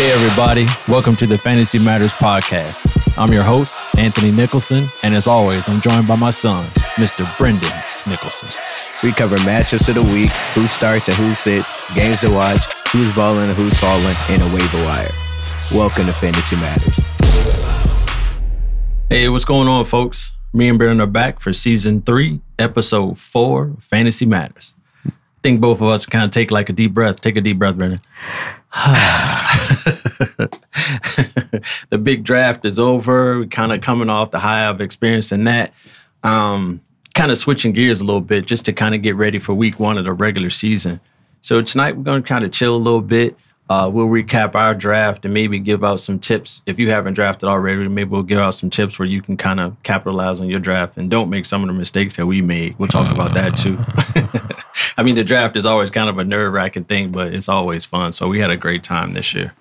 Hey, everybody. Welcome to the Fantasy Matters Podcast. I'm your host, Anthony Nicholson, and as always, I'm joined by my son, Mr. Brendan Nicholson. We cover matchups of the week, who starts and who sits, games to watch, who's balling and who's falling, and a waiver wire. Welcome to Fantasy Matters. Hey, what's going on, folks? Me and Brendan are back for season three, episode four, Fantasy Matters. I think both of us kind of take like a deep breath. Take a deep breath, Brendan. the big draft is over. We're kind of coming off the high of experiencing that. Um, kind of switching gears a little bit just to kind of get ready for week one of the regular season. So tonight we're going to kind of chill a little bit. Uh, we'll recap our draft and maybe give out some tips. If you haven't drafted already, maybe we'll give out some tips where you can kind of capitalize on your draft and don't make some of the mistakes that we made. We'll talk about that too. I mean, the draft is always kind of a nerve wracking thing, but it's always fun. So we had a great time this year.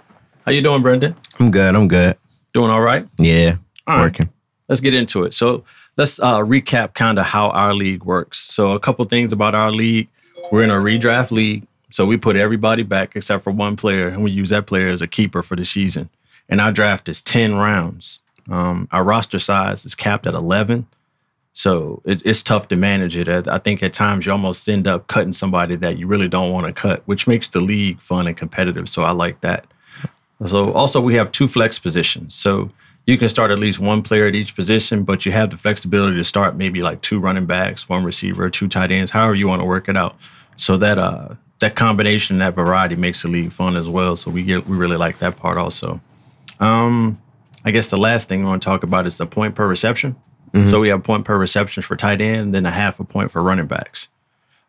How you doing, Brendan? I'm good. I'm good. Doing all right? Yeah. All right. working. let's get into it. So let's uh, recap kind of how our league works. So a couple things about our league: we're in a redraft league, so we put everybody back except for one player, and we use that player as a keeper for the season. And our draft is ten rounds. Um, our roster size is capped at eleven, so it's, it's tough to manage it. I I think at times you almost end up cutting somebody that you really don't want to cut, which makes the league fun and competitive. So I like that. So also we have two flex positions. So you can start at least one player at each position, but you have the flexibility to start maybe like two running backs, one receiver, two tight ends, however you want to work it out. So that uh that combination, that variety makes the league fun as well. So we get we really like that part also. Um I guess the last thing I want to talk about is the point per reception. So we have point per receptions for tight end, then a half a point for running backs.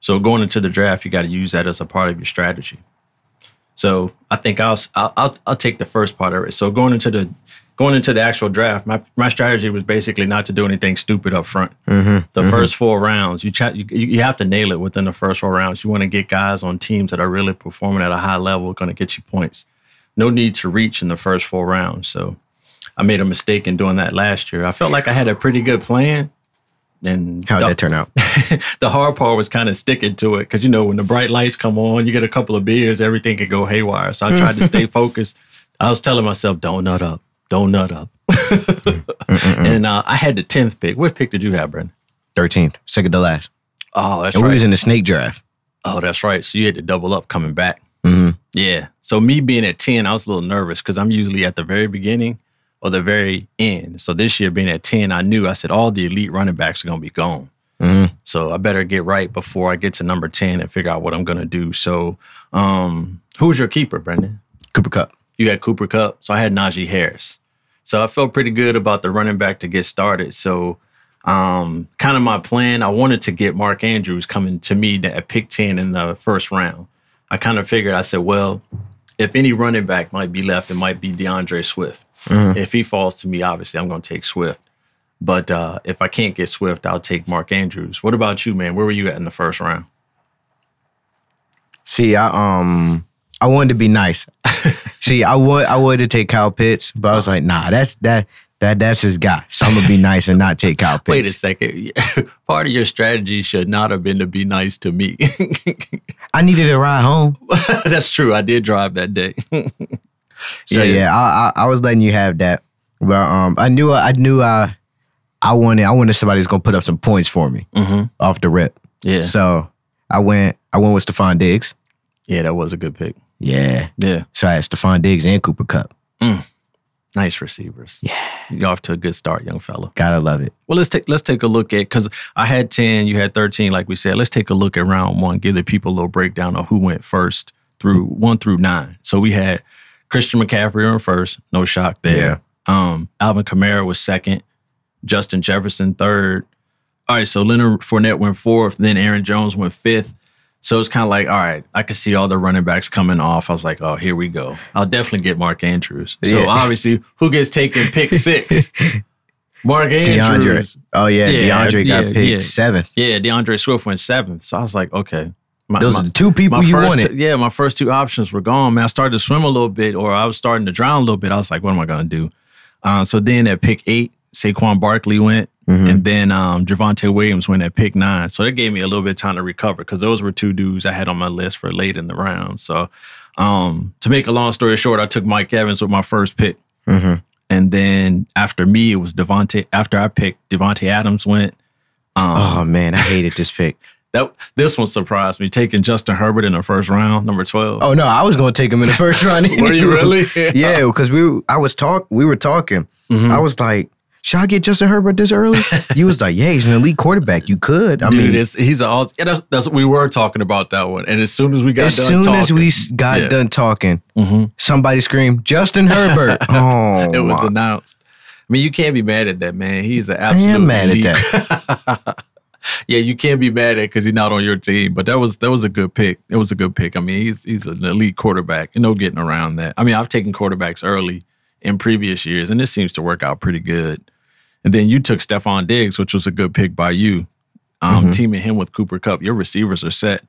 So going into the draft, you got to use that as a part of your strategy. So I think I'll I'll I'll, I'll take the first part of it. So going into the going into the actual draft, my, my strategy was basically not to do anything stupid up front. Mm-hmm, The first four rounds, you, try, you you have to nail it within the first four rounds. You want to get guys on teams that are really performing at a high level, going to get you points. No need to reach in the first four rounds. So I made a mistake in doing that last year. I felt like I had a pretty good plan, and How'd the- that turn out? the hard part was kind of sticking to it because you know when the bright lights come on, you get a couple of beers, everything can go haywire. So I tried to stay focused. I was telling myself, "Don't nut up, don't nut up." and uh, I had the tenth pick. What pick did you have, Brendan? 13th, second to last. Oh, that's And we right. was in the snake draft. oh, that's right. So you had to double up coming back. Yeah. So me being at ten, I was a little nervous because I'm usually at the very beginning or the very end. So this year being at ten, I knew I said all the elite running backs are gonna be gone. So I better get right before I get to number 10 and figure out what I'm going to do. So, um, who's your keeper, Brendan? Cooper Cup. You had Cooper Cup. So I had Najee Harris. So I felt pretty good about the running back to get started. So, um, kind of my plan, I wanted to get Mark Andrews coming to me to- at pick 10 in the first round. I kind of figured, I said, well, if any running back might be left, it might be DeAndre Swift. If he falls to me, obviously, I'm going to take Swift. But uh, if I can't get Swift, I'll take Mark Andrews. What about you, man? Where were you at in the first round? See, I um I wanted to be nice. See, I would I wanted to take Kyle Pitts, but I was like, nah, that's that that that's his guy. So I'm gonna be nice and not take Kyle Pitts. Wait a second. Part of your strategy should not have been to be nice to me. I needed a ride home. That's true. I did drive that day. So yeah, I, I I was letting you have that, but um, I knew I knew I I wanted I wanted somebody who's gonna put up some points for me Mm-hmm. off the rip. Yeah. So I went I went with Stephon Diggs. yeah, that was a good pick. Yeah. Yeah. So I had Stephon Diggs and Cooper Cup. Nice receivers. Yeah. You're off to a good start, young fella. Gotta love it. Well, let's take let's take a look at because I had ten, you had thirteen, like we said. Let's take a look at round one. Give the people a little breakdown of who went first through one through nine. So we had Christian McCaffrey in first, no shock there. Um, Alvin Kamara was second, Justin Jefferson third. All right, so Leonard Fournette went fourth, then Aaron Jones went fifth. So it's kind of like, all right, I could see all the running backs coming off. I was like, oh, here we go. I'll definitely get Mark Andrews. So Yeah. obviously, who gets taken pick six? Mark DeAndre. Andrews. Oh yeah, Yeah, DeAndre got yeah, picked yeah. seventh. Yeah, DeAndre Swift went seventh. So I was like, okay. My, Those my- are the two people my you first wanted. two- yeah, my first two options were gone, man. I started to swim a little bit, or I was starting to drown a little bit. I was like, what am I going to do? Uh, so then at pick eight, Saquon Barkley went, Mm-hmm, and then um, Javante Williams went at pick nine. So that gave me a little bit of time to recover because those were two dudes I had on my list for late in the round. So Um, to make a long story short, I took Mike Evans with my first pick. hmm And then after me, it was Devonte. After I picked, Devonte Adams went. Um, Oh man, I hated this pick. That this one surprised me. Taking Justin Herbert in the first round, number twelve. Oh no, I was gonna take him in the first round. were you really? yeah, because we were- I was talk we were talking. Mhm. I was like, should I get Justin Herbert this early? you was like, yeah, he's an elite quarterback. You could. I Dude, mean, it's, he's all. Yeah, that's, that's what we were talking about that one. And as soon as we got as done soon talking, as we s- got Yeah. done talking, Mhm. somebody screamed, Justin Herbert. oh, it was my- announced. I mean, you can't be mad at that man. He's an I absolute. am mad at elite. that. Yeah, you can't be mad at because he's not on your team. But that was that was a good pick. It was a good pick. I mean, he's he's an elite quarterback. No getting around that. I mean, I've taken quarterbacks early in previous years, and this seems to work out pretty good. And then you took Stephon Diggs, which was a good pick by you. Um, Teaming him with Cooper Cup, your receivers are set.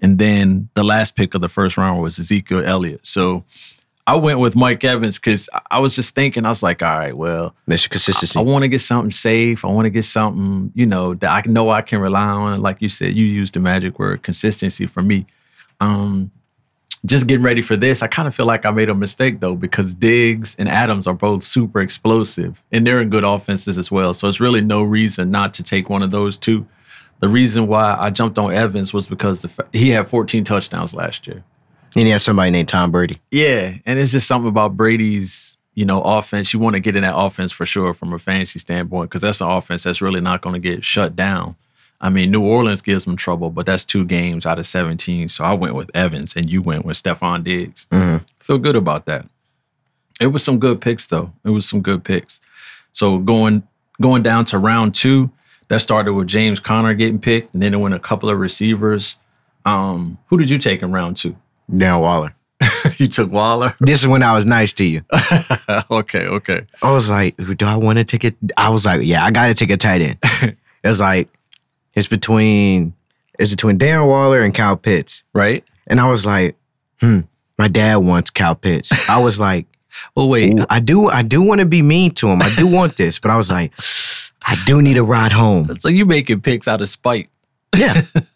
And then the last pick of the first round was Ezekiel Elliott. So I went with Mike Evans because I was just thinking, I was like, all right, well, Mr. I Consistency. want to get something safe. I want to get something, you know, that I know I can rely on. Like you said, you used the magic word consistency for me. Um, just getting ready for this, I kind of feel like I made a mistake though, because Diggs and Adams are both super explosive and they're in good offenses as well. So it's really no reason not to take one of those two. The reason why I jumped on Evans was because the, fa- he had 14 touchdowns last year. And he had somebody named Tom Brady. Yeah, and it's just something about Brady's, you know, offense. You want to get in that offense for sure from a fantasy standpoint because that's an offense that's really not going to get shut down. I mean, New Orleans gives them trouble, but that's two games out of 17. So I went with Evans and you went with Stephon Diggs. Feel good about that. It was some good picks though. It was some good picks. So going going down to round 2, that started with James Conner getting picked and then it went a couple of receivers. Um, who did you take in round 2? Down Waller. you took Waller. This is when I was nice to you. okay, okay. I was like, do I want to take it? I was like, yeah, I got to take a tight end. it was like, it's between, it's between Darren Waller and Kyle Pitts. Right? And I was like, hmm, my dad wants Kyle Pitts. I was like, Well, wait. ooh, I do, I do want to be mean to him. I do want this, but I was like, I do need a ride home. So you making picks out of spite. Yeah,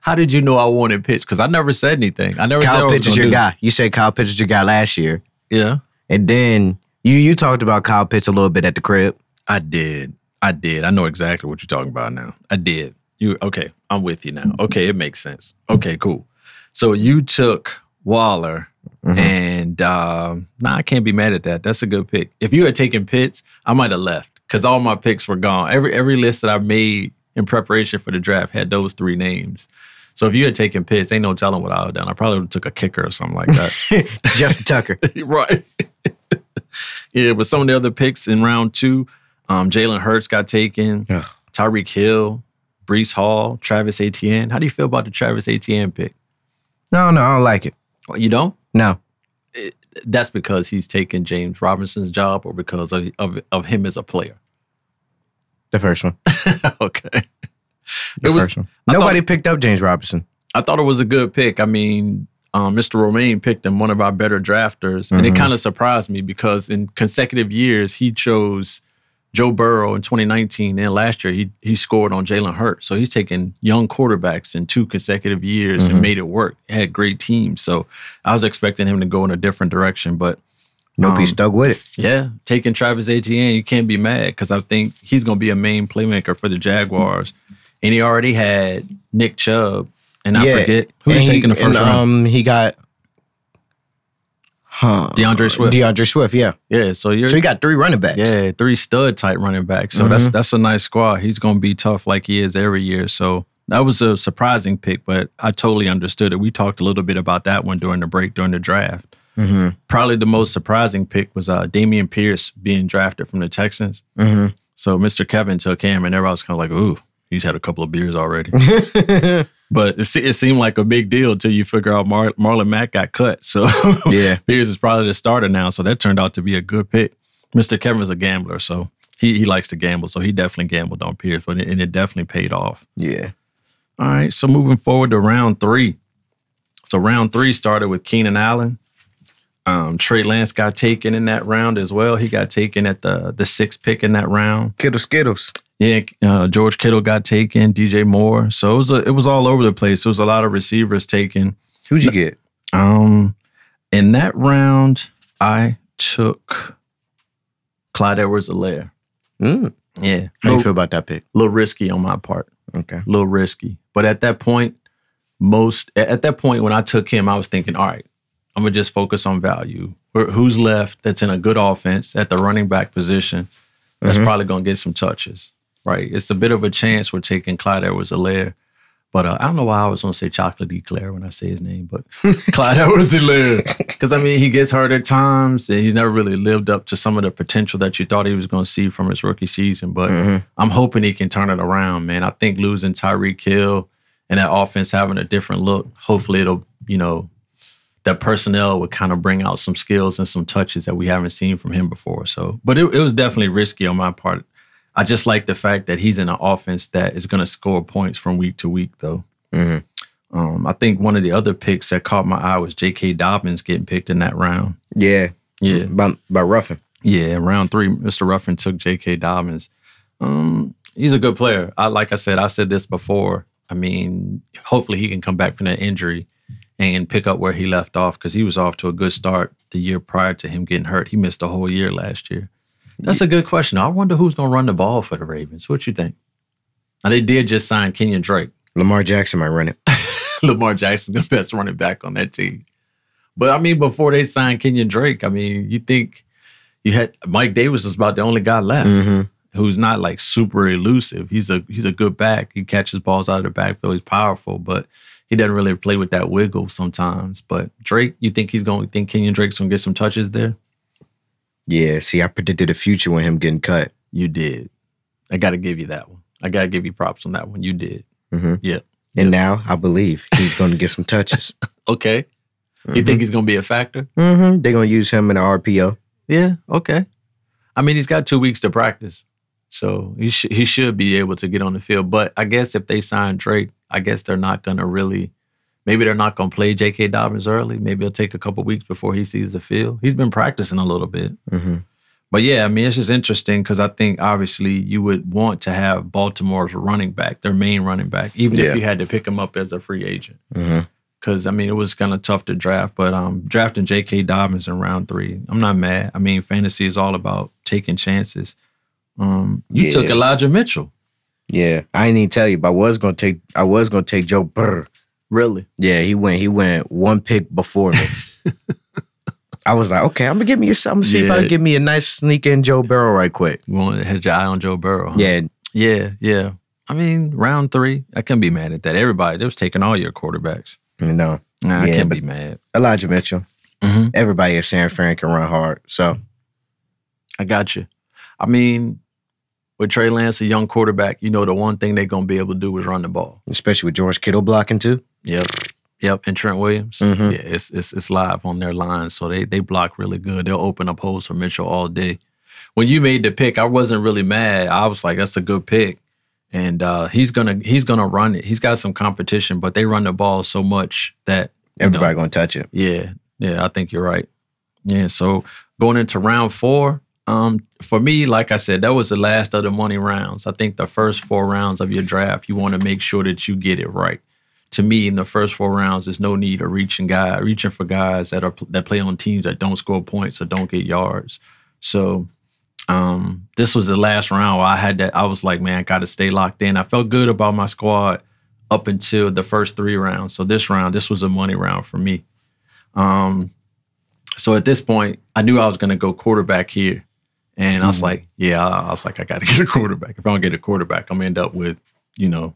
How did you know I wanted picks? Because I never said anything. I never said I Kyle was Pitts is gonna your do- guy. You said Kyle Pitts is your guy last year, Yeah. and then you you talked about Kyle Pitts a little bit at the crib. I did. I did. I know exactly what you're talking about now. I did. You okay, I'm with you now. Okay, it makes sense. Okay, cool. So you took Waller Mhm. and um, nah, I can't be mad at that. That's a good pick. If you had taken Pitts, I might have left because all my picks were gone. Every every list that I made in preparation for the draft had those three names. So if you had taken Pitts, ain't no telling what I would have done. I probably would have took a kicker or something like that. Justin Tucker. right. yeah, but some of the other picks in round two, um, Jalen Hurts got taken, Ugh. Tyreek Hill, Brees Hall, Travis Etienne. How do you feel about the Travis Etienne pick? No, no, I don't like it. Well, you don't? No, That's because he's taking James Robinson's job or because of, of, of him as a player. the first one. okay. The It was- first one. I thought- Nobody picked up James Robinson. I thought it was a good pick. I mean, um, Mr. Romaine picked him one of our better drafters, and it Mhm. kind of surprised me because in consecutive years he chose Joe Burrow in 2019, and last year he he scored on Jalen Hurts. So he's taken young quarterbacks in two consecutive years Mhm. and made it work. Had great teams, so I was expecting him to go in a different direction, but Nope, he Um, stuck with it. yeah, taking Travis Etienne, you can't be mad because I think he's going to be a main playmaker for the Jaguars, and he already had Nick Chubb, and I Yeah, forget who he And taking the and, first round. Um, he got huh, DeAndre Swift. DeAndre Swift, yeah. Yeah, so you're So he got three running backs. yeah three stud type running backs. So Mm-hmm. that's that's a nice squad. He's going to be tough like he is every year. So that was a surprising pick, but I totally understood it. We talked a little bit about that one during the break during the draft. hmm Probably the most surprising pick was uh, Damian Pierce being drafted from the Texans. hmm So Mr. Kevin took him, and everybody was kind of like, "Ooh, he's had a couple of beers already." Mm-hmm. but it, se- it seemed like a big deal until you figure out Mar- Marlon Mack got cut. So yeah. Pierce is probably the starter now, so that turned out to be a good pick. Mr. Kevin's a gambler, so he, he likes to gamble, so he definitely gambled on Pierce, but it, and it definitely paid off. Yeah. All right, so moving forward to round three. So round three started with Keenan Allen. Um, Trey Lance got taken in that round as well. He got taken at the the sixth pick in that round. Kittle Skittles. Yeah, uh, George Kittle got taken, DJ Moore. So it was a, it was all over the place. There was a lot of receivers taken. Who'd you get? Um, In that round, I took Clyde Edwards Alaire. Mm. Yeah. How you little, feel about that pick? little risky on my part. Okay. A little risky. But at that point, most at- at that point when I took him, I was thinking, all right, I'm gonna just focus on value. Where- Who's left that's in a good offense at the running back position that's Mhm. probably gonna get some touches. Right. It's a bit of a chance we're taking Clyde Edwards Alaire. But uh, I don't know why I was gonna say Chocolate Eclair when I say his name, but Clyde Edwards Alaire. Because I mean he gets hurt at times and he's never really lived up to some of the potential that you thought he was gonna see from his rookie season. But Mhm. I'm hoping he can turn it around, man. I think losing Tyreek Hill and that offense having a different look, hopefully it'll, you know, that personnel would kind of bring out some skills and some touches that we haven't seen from him before. So, but it, it was definitely risky on my part. I just like the fact that he's in an offense that is going to score points from week to week, though. Mhm. Um, I think one of the other picks that caught my eye was J.K. Dobbins getting picked in that round. Yeah. Yeah. By, by Ruffin. Yeah, in round three, Mr. Ruffin took J.K. Dobbins. Um, he's a good player. I like I said, I said this before. I mean, hopefully he can come back from that injury and pick up where he left off because he was off to a good start the year prior to him getting hurt. He missed the whole year last year. That's a good question. I wonder who's going to run the ball for the Ravens. What you think? Now they did just sign Kenyon Drake. Lamar Jackson might run it. Lamar Jackson's the best running back on that team. But I mean, before they signed Kenyon Drake, I mean, you think you had Mike Davis was about the only guy left Mhm. who's not like super elusive. He's a he's a good back. He catches balls out of the backfield. He's powerful, but he doesn't really play with that wiggle sometimes. But Drake, you think he's going? to Think Kenyon Drake's going to get some touches there? Yeah. See, I predicted the future with him getting cut. You did. I got to give you that one. I got to give you props on that one. You did. Mhm. Yeah. And now I believe he's going to get some touches. Okay. Mm-hmm. You think he's going to be a factor? hmm They're going to use him in the RPO. Yeah, okay. I mean, he's got two weeks to practice, so he sh- he should be able to get on the field. But I guess if they sign Drake, I guess they're not gonna really. Maybe they're not gonna play J.K. Dobbins early. Maybe it'll take a couple weeks before he sees the field. He's been practicing a little bit, hmm but yeah, I mean, it's just interesting because I think obviously you would want to have Baltimore's running back, their main running back, even Yeah. if you had to pick him up as a free agent. hmm Cause I mean it was kind of tough to draft, but um, drafting J.K. Dobbins in round three, I'm not mad. I mean, fantasy is all about taking chances. Um, you Yeah. took Elijah Mitchell, Yeah. I didn't even tell you, but I was going to take I was going to take Joe Burr. really? Yeah, he went he went one pick before me. I was like, okay, I'm gonna give me a, I'm gonna see if I Yeah. can give me a nice sneak in Joe Burrow right quick. You wanted to had your eye on Joe Burrow? huh? Yeah, yeah, yeah. I mean, round three, I can't be mad at that. Everybody, they was taking all your quarterbacks. you know, Nah, I Yeah, can't but- Mm-hmm. be mad. Elijah Mitchell. Mhm. Everybody at San Fran can run hard. So I got you. I mean, with Trey Lance, a young quarterback, you know the one thing they're gonna be able to do is run the ball. especially with George Kittle blocking too. Yep, yep. And Trent Williams. Mm-hmm. Yeah, it's it's it's live on their line, so they they block really good. They'll open up holes for Mitchell all day. When you made the pick, I wasn't really mad. I was like, that's a good pick, and uh, he's gonna he's gonna run it. He's got some competition, but they run the ball so much that Everybody gonna touch it. yeah, yeah, I think you're right. Yeah, so going into round four, um, for me, like I said, that was the last of the money rounds. I think the first four rounds of your draft, you want to make sure that you get it right. To me, in the first four rounds, there's no need of reaching guy reaching for guys that are that play on teams that don't score points or don't get yards. So um, this was the last round where I had that. I was like, man, I got to stay locked in. I felt good about my squad up until the first three rounds. So this round, this was a money round for me. Um, so at this point, I knew I was going to go quarterback here, and I was Mhm. like, yeah, I I was like, I got to get a quarterback. If I don't get a quarterback, I'm gonna end up with, you know.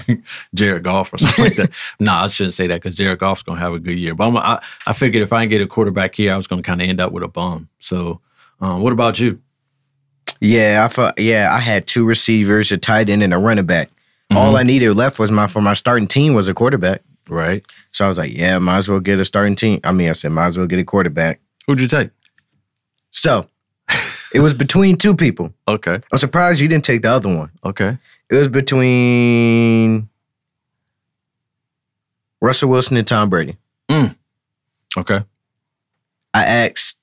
Jared Goff or something like that. nah, I shouldn't say that because Jared Goff's gonna have a good year. But I'm, I, I figured if I didn't get a quarterback here, I was gonna kind of end up with a bum. So, um, what about you? Yeah, I felt, yeah, I had two receivers, a tight end, and a running back. Mm-hmm. All I needed left was my for my starting team was a quarterback. Right. So I was like, yeah, might as well get a starting team. I mean, I said, might as well get a quarterback. Who'd you take? So it was between two people. Okay. I'm surprised you didn't take the other one. Okay. It was between Russell Wilson and Tom Brady. Okay. I asked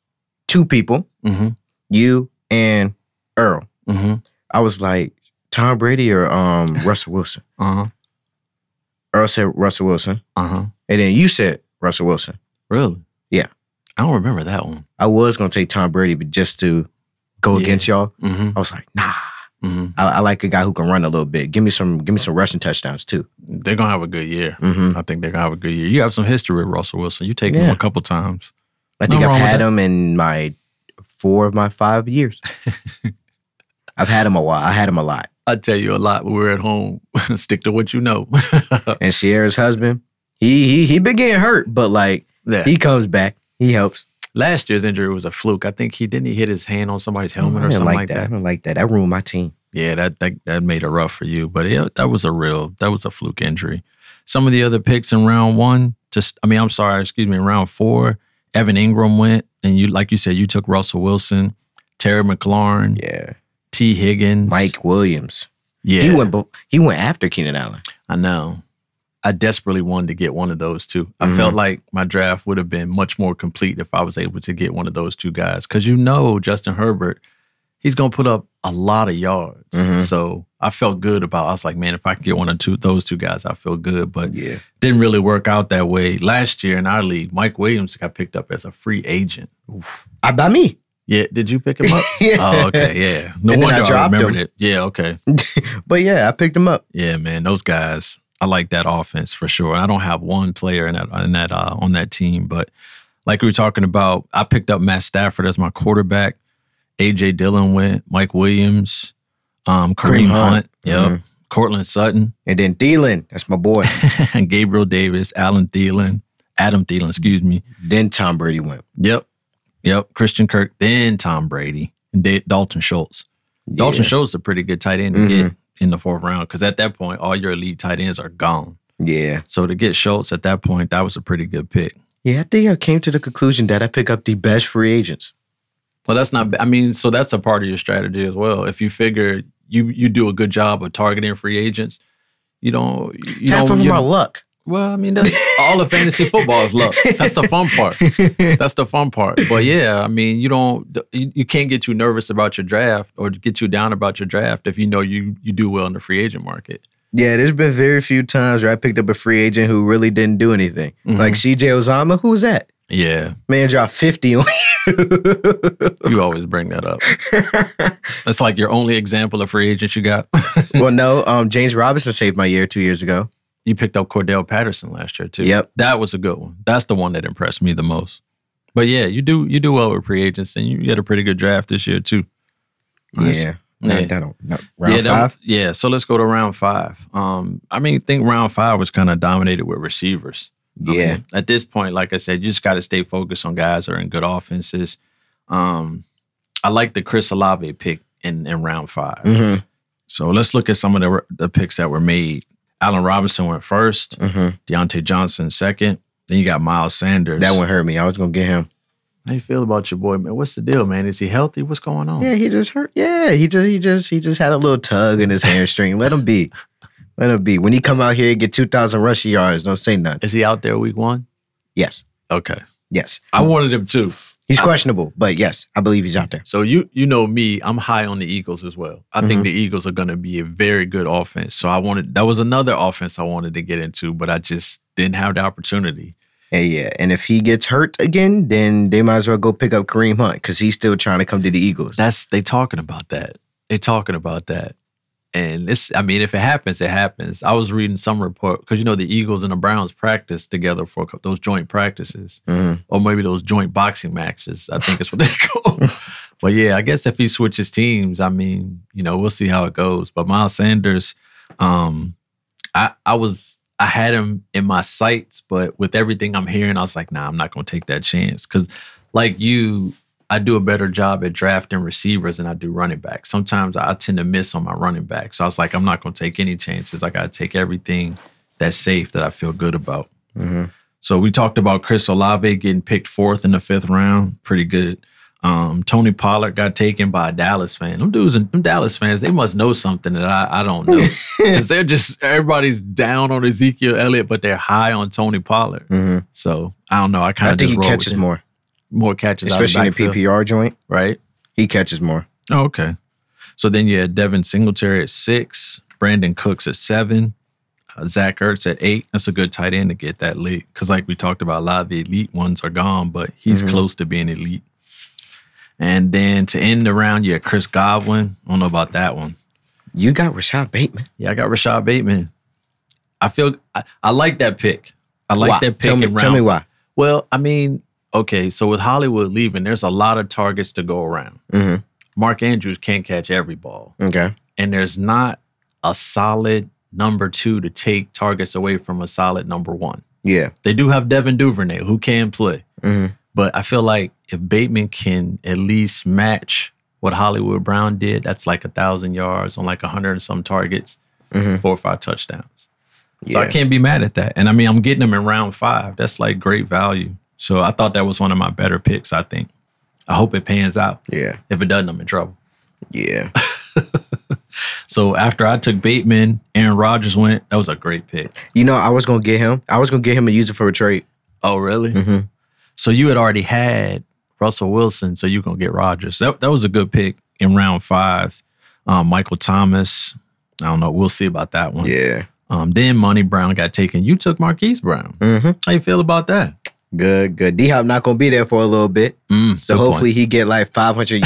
two people, Mm-hmm. you and Earl. Mm-hmm. I was like, Tom Brady or um, Russell Wilson? Uh-huh. Earl said Russell Wilson. Uh-huh. And then you said Russell Wilson. Really? Yeah. I don't remember that one. I was gonna take Tom Brady, but just to go Yeah. against y'all, hmm I was like, nah. hmm I, I like a guy who can run a little bit. Give me some, give me some rushing touchdowns too. They're gonna have a good year. hmm I think they're gonna have a good year. You have some history with Russell Wilson. You take him Yeah. a couple times. I think Nothing I've wrong with had that. him in my four of my five years. I've had him a while. I had him a lot. I tell you a lot when we're at home. Stick to what you know. And Sierra's husband, he he he been getting hurt, but like yeah. he comes back, he helps. Last year's injury was a fluke. I think he didn't he hit his hand on somebody's Oh, I helmet or didn't something like, like, that. I that. don't like that. That ruined my team. Yeah, that, that that made it rough for you. But yeah, that was a real that was a fluke injury. Some of the other picks in round one, just I mean, I'm sorry, excuse me, in round four, Evan Ingram went, and you like you said, you took Russell Wilson, Terry McLaurin, Yeah, T. Higgins, Mike Williams. Yeah, He went. bef- He went after Keenan Allen. I know. I desperately wanted to get one of those two. I felt like my draft would have been much more complete if I was able to get one of those two guys. Cause you know, Justin Herbert, he's going to put up a lot of yards. Mhm. So I felt good about, I was like, man, if I can get one of two, those two guys, I feel good. But Yeah, didn't really work out that way. Last year in our league, Mike Williams got picked up as a free agent. I, by me. Yeah. Did you pick him up? oh, okay. Yeah. No And then I wonder I, dropped remembered him. it. Yeah. Okay. But yeah, I picked him up. Yeah, man, those guys. I like that offense for sure. I don't have one player in that in that uh, on that team, but like we were talking about, I picked up Matt Stafford as my quarterback. AJ Dillon went, Mike Williams, um, Kareem Kareem Hunt. Hunt, yep, Mhm. Cortland Sutton, And then Thielen, that's my boy. and Gabriel Davis, Alan Thielen, Adam Thielen, excuse me. then Tom Brady went. Yep, yep. Christian Kirk, then Tom Brady, and Da- Dalton Schultz. Dalton yeah. Mm-hmm. Schultz is a pretty good tight end to get in the fourth round because at that point, all your elite tight ends are gone. Yeah, So to get Schultz at that point, that was a pretty good pick. yeah. I think I came to the conclusion that I pick up the best free agents. Well, that's not. I mean, so that's a part of your strategy as well. If you figure you you do a good job of targeting free agents, you don't. You Half don't, of them you- are luck. well, I mean, that's, all of fantasy football is luck. That's the fun part. That's the fun part. But yeah, I mean, you don't. You, you can't get too nervous about your draft or get too down about your draft if you know you you do well in the free agent market. Yeah, there's been very few times where I picked up a free agent who really didn't do anything. Mhm. Like CJ Ozama, who was that? Yeah, Man dropped 50 on you always bring that up. That's like your only example of free agents you got. Well, no, um, James Robinson saved my year two years ago. You picked up Cordell Patterson last year too. Yep. that was a good one. That's the one that impressed me the most. But yeah, you do you do well with free agents, and you, you had a pretty good draft this year too. Nice. Yeah. No, Yeah. that don't- no. Round yeah, that- five. yeah. So let's go to round five. Um, I mean, think round five was kind of dominated with receivers. I mean, yeah. at this point, like I said, you just got to stay focused on guys that are in good offenses. Um, I like the Chris Olave pick in in round five. Mm-hmm. So let's look at some of the the picks that were made. Allen Robinson went first. Mm-hmm. Deontay Johnson second. Then you got Miles Sanders. That one hurt me. I was gonna get him. How you feel about your boy, man? What's the deal, man? Is he healthy? What's going on? Yeah, he just hurt. Yeah, he just he just he just had a little tug in his hamstring. Let him be. Let him be. When he come out here, he get two thousand rushing yards. Don't say nothing. Is he out there week one? Yes, Okay. yes. I wanted him too. He's questionable, but yes, I believe he's out there. So you you know me, I'm high on the Eagles as well. I Mhm. think the Eagles are gonna be a very good offense. So I wanted that was another offense I wanted to get into, but I just didn't have the opportunity. And yeah, and if he gets hurt again, then they might as well go pick up Kareem Hunt because he's still trying to come to the Eagles. That's they talking about that. They talking about that. And this I mean, if it happens, it happens. I was reading some report because you know the Eagles and the Browns practice together for a couple, those joint practices. Mhm. or maybe those joint boxing matches. I think is what they call. but yeah, I guess if he switches teams, I mean, you know, we'll see how it goes. But Miles Sanders, um, I I was I had him in my sights, but with everything I'm hearing, I was like, nah, I'm not gonna take that chance because, like you. I do a better job at drafting receivers than I do running backs. Sometimes I tend to miss on my running back. So I was like, I'm not going to take any chances. I got to take everything that's safe that I feel good about. Mhm. So we talked about Chris Olave getting picked fourth in the fifth round. Pretty good. Um, Tony Pollard got taken by a Dallas fan. Them dudes, them Dallas fans, they must know something that I, I don't know. Because they're just, everybody's down on Ezekiel Elliott, but they're high on Tony Pollard. Mhm. So I don't know. I kind I of think just he roll with catches it. more, More catches, especially out in of the backfield, PPR joint. right? He catches more. Oh, okay. So then you had Devin Singletary at six, Brandon Cooks at seven, uh, Zach Ertz at eight. That's a good tight end to get that late. Because, like we talked about, a lot of the elite ones are gone, but he's Mhm. close to being elite. And then to end the round, yeah, Chris Godwin. I don't know about that one. You got Rashad Bateman. Yeah, I got Rashad Bateman. I feel I, I like that pick. I like Why? that pick Tell me, in round tell me why. well, I mean, okay, so with Hollywood leaving, there's a lot of targets to go around. Mm-hmm. Mark Andrews can't catch every ball, Okay. and there's not a solid number two to take targets away from a solid number one. Yeah. They do have Devin Duvernay, who can play, hmm but I feel like if Bateman can at least match what Hollywood Brown did, that's like a thousand yards on like a hundred and some targets, Mhm. four or five touchdowns. Yeah. So I can't be mad at that. And I mean, I'm getting them in round five. That's like great value. So I thought that was one of my better picks, I think. I hope it pans out. yeah. If it doesn't, I'm in trouble. Yeah. So after I took Bateman, Aaron Rodgers went. That was a great pick. You know, I was gonna get him. I was gonna get him and use it for a trade. Oh, really? Mm-hmm. So you had already had Russell Wilson, so you're going to get Rodgers. That, that was a good pick in round five. Um, Michael Thomas. I don't know. We'll see about that one. Yeah. Um, then Money Brown got taken. You took Marquise Brown. Mm-hmm. How you feel about that? Good. Good. D Hop not gonna be there for a little bit, Mm, so good point. hopefully he get like 500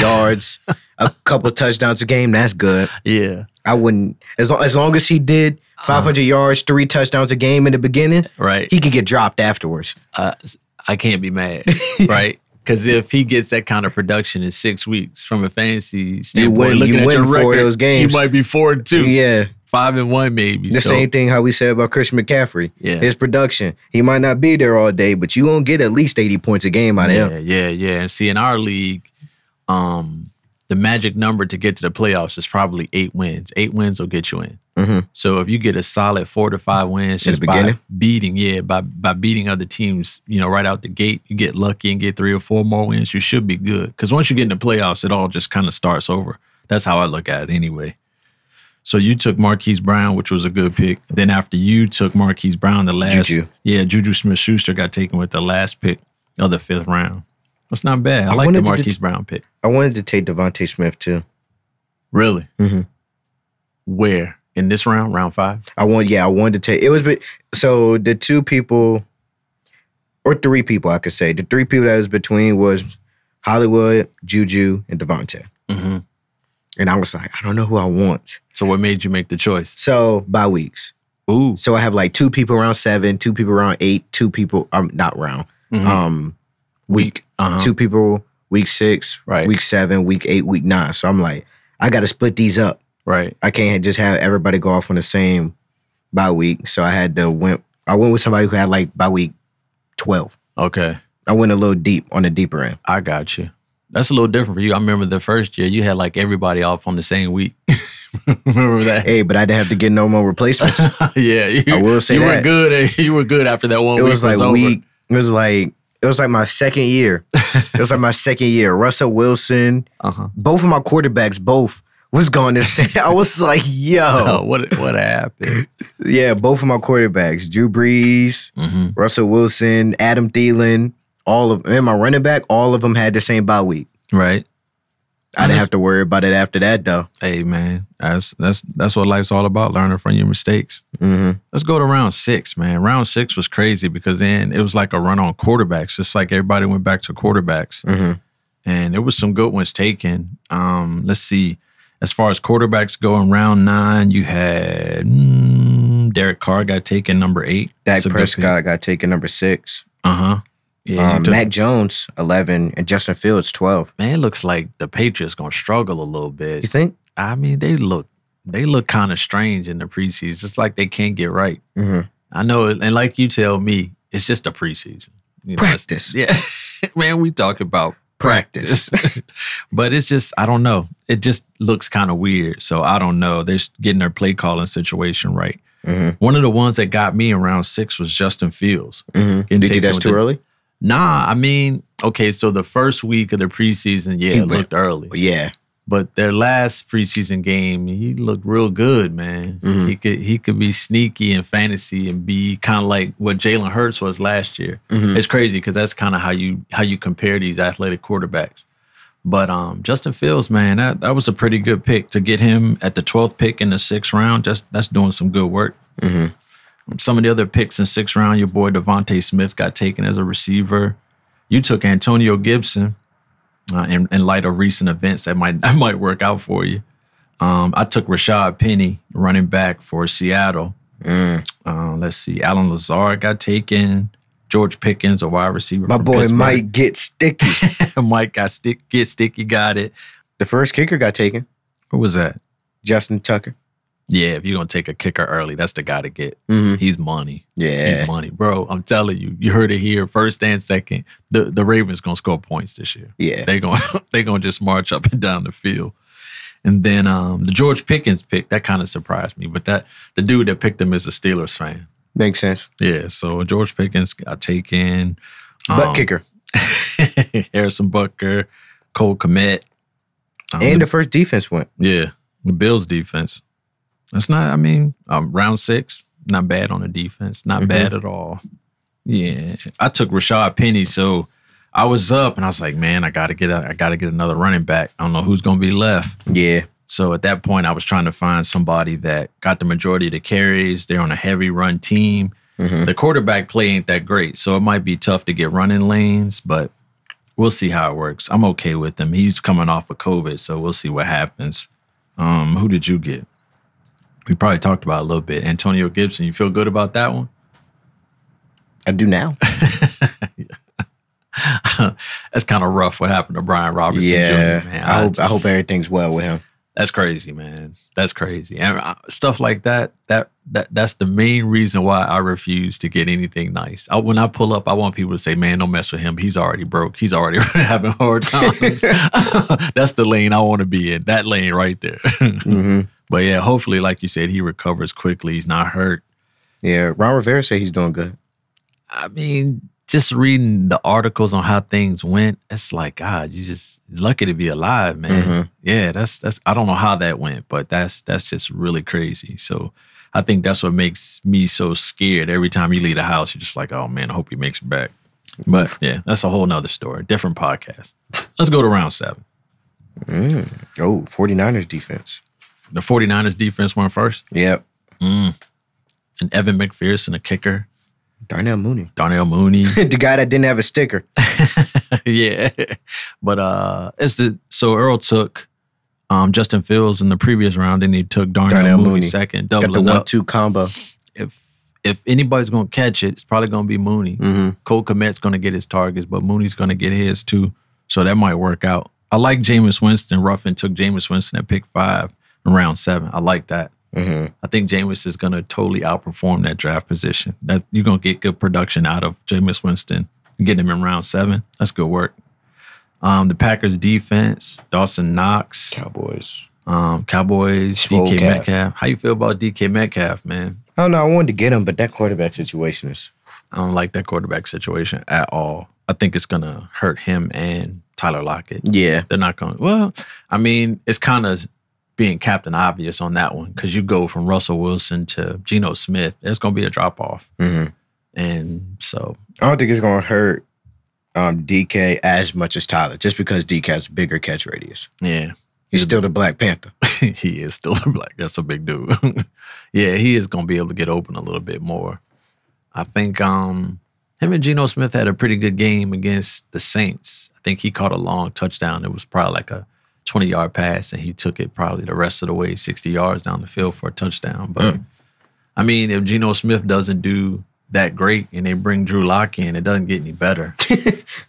yards, a couple touchdowns a game. That's good. Yeah. I wouldn't as long as long as he did Uh-huh. 500 yards, three touchdowns a game in the beginning. Right. He could get dropped afterwards. uh, I can't be mad, right? Because if he gets that kind of production in six weeks from a fantasy standpoint, win- you looking at win your four of record, those games. you might be four and two, Yeah. five and one, maybe. The so, same thing how we said about Christian McCaffrey. Yeah. His production. He might not be there all day, but you gonna get at least 80 points a game out of him. yeah, yeah, yeah. And see, in our league, um, the magic number to get to the playoffs is probably eight wins. Eight wins will get you in. Mhm. So if you get a solid four to five wins In the just by beginning? beating, yeah, by by beating other teams, you know, right out the gate, you get lucky and get three or four more wins, you should be good. Because once you get in the playoffs, it all just kind of starts over. That's how I look at it anyway. So you took Marquise Brown, which was a good pick. Then after you took Marquise Brown, the last Juju. yeah, Juju Smith Schuster got taken with the last pick of Oh, the fifth round. That's not bad. I, I like the wanted to Marquise det- Brown pick. I wanted to take Devontae Smith too. Really? Mhm. Where in this round, round five? I want, yeah, I wanted to take. It was be- so the two people, or three people, I could say the three people that was between was Hollywood, Juju, and Devontae. Mm-hmm. And I was like, I don't know who I want. So what made you make the choice? So by weeks, Ooh, so I have like two people around seven, two people around eight, two people. I'm um, not round. Mhm. Um, week uh-huh. two people week six, Right. Week seven, week eight, week nine. So I'm like, I got to split these up. right. I can't just have everybody go off on the same bye week. So I had to went I went with somebody who had like bye week twelve. Okay, I went a little deep on the deeper end. I got you. That's a little different for you. I remember the first year you had like everybody off on the same week. remember that? Hey, but I didn't have to get no more replacements. it yeah, you, I will say you were that. good. eh? You were good after that one. week was like over. week. It was like it was like my second year. It was like my second year. Russell Wilson, Uh-huh. both of my quarterbacks, both was gone the same. I was like, yo, Oh, what what happened? yeah, both of my quarterbacks, Drew Brees, hmm Russell Wilson, Adam Thielen, all of and my running back, all of them had the same bye week. Right. I didn't Honest- have to worry about it after that though. Hey man, that's that's that's what life's all about. Learning from your mistakes. Mm-hmm. Let's go to round six, man. Round six was crazy because then it was like a run on quarterbacks. Just like everybody went back to quarterbacks, Mm-hmm. and there was some good ones taken. Um, let's see. As far as quarterbacks go in round nine, you had mm, Derek Carr got taken number eight. Dak Prescott got taken number six. Uh huh. Yeah. you um, took- Mac Jones eleven and Justin Fields twelve. man, it looks like the Patriots gonna struggle a little bit. You think? I mean, they look they look kind of strange in the preseason. It's like they can't get right. Mm-hmm. I know, and like you tell me, it's just a preseason. You know, it's- Practice. yeah, man, we talk about Practice. but it's just I don't know. It just looks kind of weird. So I don't know. They're s- getting their play calling situation right. mm-hmm. One of the ones that got me in round six was Justin Fields. Mm-hmm. You taken think that's with too the- early? Nah, I mean, okay, so the first week of the preseason, yeah, He it went- looked early. Yeah. But their last preseason game, he looked real good, man. Mhm. He could he could be sneaky in fantasy and be kind of like what Jalen Hurts was last year. Mhm. It's crazy because that's kind of how you how you compare these athletic quarterbacks. But um, Justin Fields, man, that, that was a pretty good pick to get him at the twelfth pick in the sixth round. Just that's doing some good work. Mm-hmm. Some of the other picks in sixth round, your boy Devonte Smith got taken as a receiver. You took Antonio Gibson, uh, in, in light of recent events that might that might work out for you. Um, I took Rashad Penny, running back for Seattle. Mm. Uh, let's see, Alan Lazard got taken. George Pickens, a wide receiver. My from boy Pittsburgh. might get sticky. Mike got stick, get sticky, got it. the first kicker got taken. Who was that? Justin Tucker. Yeah, if you're gonna take a kicker early, that's the guy to get. Mm-hmm. He's money. Yeah. He's money, bro. I'm telling you, you heard it here, first and second. The the Ravens gonna score points this year. Yeah. They gonna they gonna just march up and down the field. And then um, the George Pickens pick that kind of surprised me, but that the dude that picked him is a Steelers fan. Makes sense. Yeah, so George Pickens got taken. Butt Um, kicker. Harrison Bucker, Cole Komet. Um, And the first defense went. yeah, the Bills defense. That's not. I mean, um, round six, not bad on the defense. Not Mhm. bad at all. Yeah, I took Rashad Penny, so I was up, and I was like, man, I gotta get, a, I gotta get another running back. I don't know who's gonna be left. Yeah. So at that point, I was trying to find somebody that got the majority of the carries. They're on a heavy run team. Mhm. The quarterback play ain't that great, so it might be tough to get running lanes, but we'll see how it works. I'm okay with him. He's coming off of COVID, so we'll see what happens. Um, who did you get? We probably talked about it a little bit. Antonio Gibson. You feel good about that one? I do now. That's kind of rough. What happened to Brian Robertson Jr. Man, I, hope, I just- hope everything's well with him. That's crazy, man. That's crazy. And uh, stuff like that, that that that's the main reason why I refuse to get anything nice. I, when I pull up, I want people to say, "Man, don't mess with him. He's already broke. He's already having hard times." that's the lane I want to be in. That lane right there. hmm but yeah, hopefully like you said he recovers quickly. He's not hurt. Yeah. Ron Rivera said he's doing good. I mean, just reading the articles on how things went, it's like God, you just lucky to be alive, man. Mhm. Yeah, that's that's I don't know how that went, but that's that's just really crazy. So I think that's what makes me so scared. Every time you leave the house, you're just like, oh man, I hope he makes it back. But yeah, that's a whole nother story. Different podcast. Let's go to round seven. Mm. Oh, 49ers defense. The 49ers defense went first. Yep. Mm. And Evan McPherson, a kicker. Darnell Mooney. Darnell Mooney. the guy that didn't have a sticker. yeah. But uh it's the so Earl took um Justin Fields in the previous round and he took Darnell, Darnell Mooney, Mooney. second, Got the doubling one up. two combo. If if anybody's gonna catch it, it's probably gonna be Mooney. hmm Cole Komet's gonna get his targets, but Mooney's gonna get his too. So that might work out. I like Jameis Winston. Ruffin took Jameis Winston at pick five in round seven. I like that. hmm I think Jameis is going to totally outperform that draft position. That you're going to get good production out of Jameis Winston, getting him in round seven. That's good work. Um, the Packers defense, Dawson Knox, Cowboys. um, Cowboys, Swole DK calf. Metcalf. How you feel about DK Metcalf, man? I don't know. I wanted to get him, but that quarterback situation is. I don't like that quarterback situation at all. I think it's going to hurt him and Tyler Lockett. Yeah. They're not going. Well, I mean, it's kind of being captain obvious on that one because you go from Russell Wilson to Geno Smith. There's going to be a drop off. hmm And so, I don't think it's going to hurt um, DK as much as Tyler, just because DK has a bigger catch radius. yeah, He's Yeah. still the Black Panther. he is still a black. That's a big dude. yeah, he is going to be able to get open a little bit more. I think um him and Geno Smith had a pretty good game against the Saints. I think he caught a long touchdown. It was probably like a 20 yard pass, and he took it probably the rest of the way 60 yards down the field for a touchdown. But I mean, if Geno Smith doesn't do that great and they bring Drew Lock in, it doesn't get any better.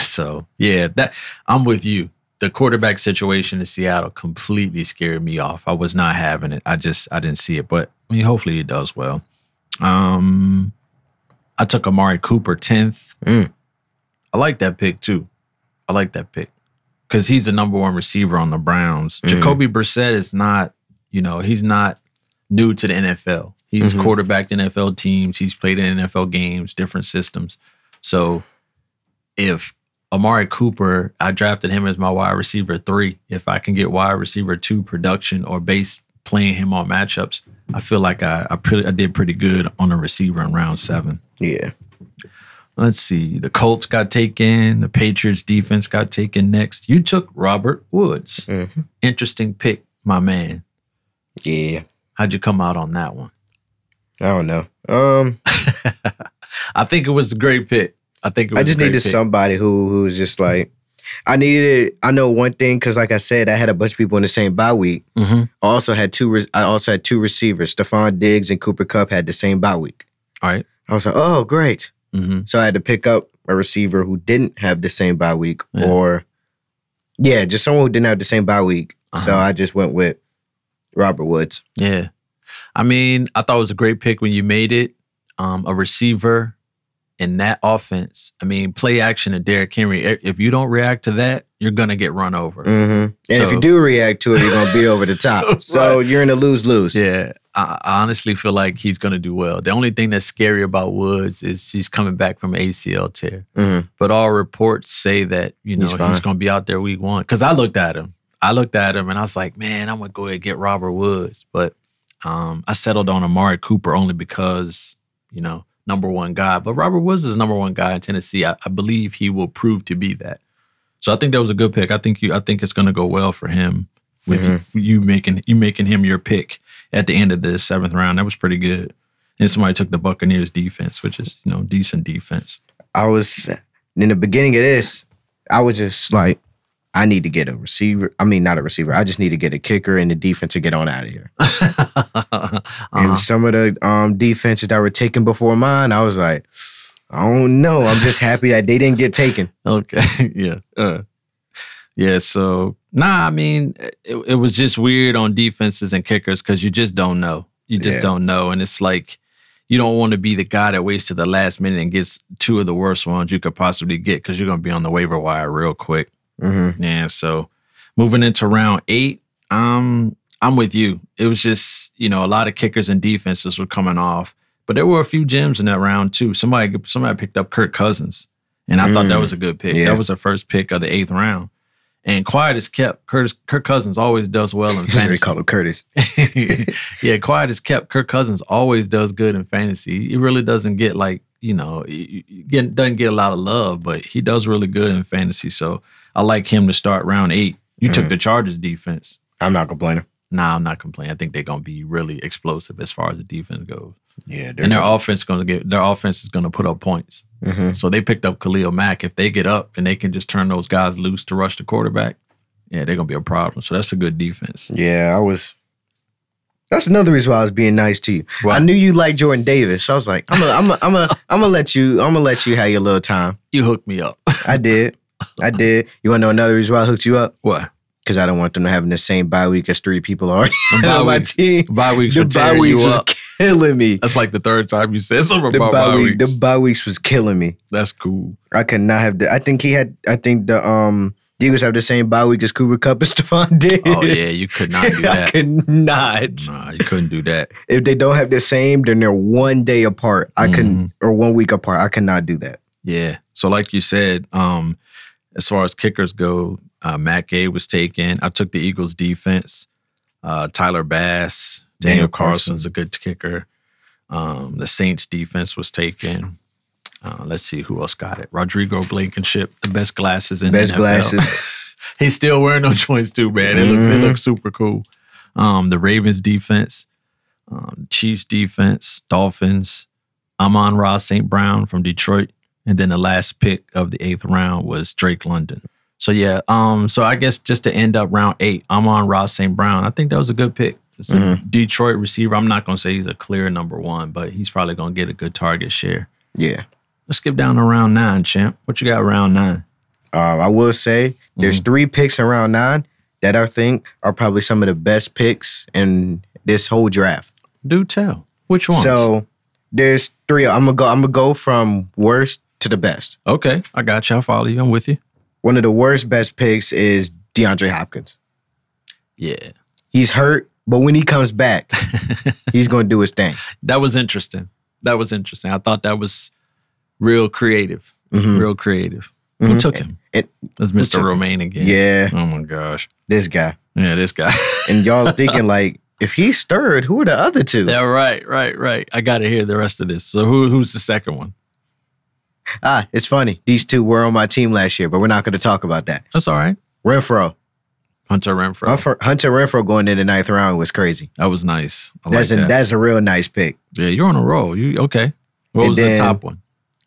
so yeah, that I'm with you. The quarterback situation in Seattle completely scared me off. I was not having it. I just I didn't see it. But I mean, hopefully it does well. Um I took Amari Cooper 10th. Mm. I like that pick too. I like that pick. Cause he's the number one receiver on the Browns. Mhm. Jacoby Brissett is not, you know, he's not new to the NFL. He's Mhm. quarterbacked NFL teams. He's played in NFL games, different systems. So if Amari Cooper, I drafted him as my wide receiver three. If I can get wide receiver two production or base playing him on matchups, I feel like I I, pretty, I did pretty good on a receiver in round seven. Yeah. Let's see. The Colts got taken. The Patriots defense got taken next. You took Robert Woods. Mhm. Interesting pick, my man. Yeah. How'd you come out on that one? I don't know. Um, I think it was a great pick. I think it was I just a great needed pick. somebody who who's just like, I needed. I know one thing because, like I said, I had a bunch of people in the same bye week. Mhm. I also had two. Re- I also had two receivers. Stephon Diggs and Cooper Cup had the same bye week. All right. I was like, oh, great. Mhm. So I had to pick up a receiver who didn't have the same bye week, Yeah. or yeah, just someone who didn't have the same bye week. So Uh-huh. I just went with Robert Woods. Yeah. I mean, I thought it was a great pick when you made it. Um, a receiver in that offense. I mean, play action and Derrick Henry. I- If you don't react to that, you're gonna get run over. hmm And if So- you do react to it, you're gonna be over the top. So you're in a lose lose. Yeah. I, I honestly feel like he's gonna do well. The only thing that's scary about Woods is he's coming back from ACL tear. Mhm. But all reports say that, you know, He's he's, fine. gonna be out there week one. Cause I looked at him. I looked at him and I was like, man, I'm gonna go ahead and get Robert Woods. But um, I settled on Amari Cooper only because, you know, number one guy. But Robert Woods is number one guy in Tennessee. I, I believe he will prove to be that. So I think that was a good pick. I think you I think it's gonna go well for him with Mhm. you, you making you making him your pick at the end of the seventh round. That was pretty good. And somebody took the Buccaneers defense, which is, you know, decent defense. I was in the beginning of this, I was just like, I need to get a receiver. I mean, not a receiver. I just need to get a kicker and the defense to get on out of here. Uh-huh. And some of the um, defenses that were taken before mine, I was like, I don't know. I'm just happy that they didn't get taken. Okay. yeah. Uh, yeah. So, nah, I mean, it, it was just weird on defenses and kickers because you just don't know. You just Yeah. don't know. And it's like, you don't want to be the guy that waits to the last minute and gets two of the worst ones you could possibly get because you're going to be on the waiver wire real quick. Mm-hmm. Yeah. So, moving into round eight, um, I'm with you. It was just, you know, a lot of kickers and defenses were coming off, but there were a few gems in that round too. Somebody somebody picked up Kirk Cousins, and I thought that Mm. was a good pick. Yeah. That was the first pick of the eighth round. And quiet is kept. Curtis, Kirk Cousins always does well in That's what they fantasy. call him Curtis. yeah, quiet is kept. Kirk Cousins always does good in fantasy. He really doesn't get like you know, he he get, doesn't get a lot of love, but he does really good in fantasy. So I like him to start round eight. You took Mhm. the Chargers defense. I'm not complaining. Nah, I'm not complaining. I think they're gonna be really explosive as far as the defense goes, Yeah, and their offense gonna get their offense is gonna put up points. hmm So they picked up Khalil Mack. If they get up and they can just turn those guys loose to rush the quarterback, yeah, they're gonna be a problem. So that's a good defense. Mm-hmm. Yeah, I was. That's another reason why I was being nice to you. Why? I knew you liked Jordan Davis. So I was like, I'm gonna, I'm gonna, I'm gonna, I'm gonna let you, I'm gonna let you have your little time. You hooked me up. I did, I did. You want to know another reason why I hooked you up? what? Because I don't want them to having the same bye week as three people already Bye on my weeks. team. Bye weeks The were bye tearing weeks you was up. killing me. That's like the third time you said something The about bye, bye week, weeks. the bye weeks was killing me. That's cool. I could not have. The, I think he had. I think the um Eagles have the same bye week as Cooper Cup and Stephon Diggs. Oh yeah, you could not do I that. Mm. could not. nah, you couldn't do that. If they don't have the same, then they're one day apart. I Mhm. can or one week apart. I cannot do that. Yeah. So like you said, um, as far as kickers go, uh, Matt Gay was taken. I took the Eagles defense. Uh, Tyler Bass, Daniel, Daniel Carson's Carlson. a good kicker. Um, the Saints defense was taken. Uh, let's see who else got it. Rodrigo Blankenship, the best glasses in Best NFL. glasses. He's still wearing those joints too, man. It looks it Mhm. looks super cool. Um, the Ravens defense, um, Chiefs defense, Dolphins, Amon Ross St. Brown from Detroit, and then the last pick of the eighth round was Drake London. So yeah, um, so I guess just to end up round eight, Amon Ross St. Brown. I think that was a good pick. It's a Mhm. Detroit receiver. I'm not gonna say he's a clear number one, but he's probably gonna get a good target share. yeah. Let's skip down to round nine, champ. What you got round nine? Um, I will say there's three picks in round nine that I think are probably some of the best picks in this whole draft. Do tell. Which ones? So there's three. I'm gonna go. I'm gonna go from worst to the best. Okay, I got you. I follow you. I'm with you. One of the worst best picks is DeAndre Hopkins. Yeah, He's hurt, but when he comes back, he's gonna do his thing. that was interesting. That was interesting. I thought that was real creative. Mhm. Real creative. Who Mhm. took him? It- was who Mr. took him? Romaine again. Yeah, Oh my gosh. this guy. Yeah, this guy. And y'all thinking like, if he's third, who are the other two? yeah, right, right, right. I got to hear the rest of this. So who who's the second one? Ah, it's funny. These two were on my team last year, but we're not gonna talk about that. That's all right. Renfro. Hunter Renfro. Hunter, Hunter Renfro going in the ninth round was crazy. that was nice. I that's like a, that. that's a real nice pick. Yeah, you're on a roll. You okay? What And was then- the top one?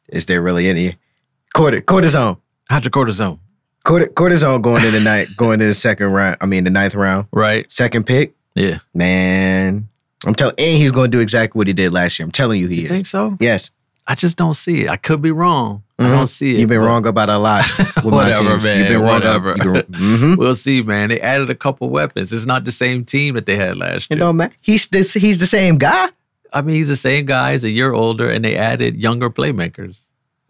Is there really any Corti- cortisone? Hydrocortisone, Corti- Cortisone going in the night, going in the second round. I mean the ninth round, right? second pick. Yeah. Man, I'm telling, and he's going to do exactly what he did last year. I'm telling you, he You is. think so? Yes, I just don't see it. I could be wrong. Mhm. I don't see it. you've been but wrong about a lot. With Whatever, my teams. man, You've been wrong. about- whatever. you've been- mhm. We'll see, man. They added a couple weapons. It's not the same team that they had last It year. don't matter. He's this. He's the same guy. I mean, he's the same guy. He's a year older, and they added younger playmakers.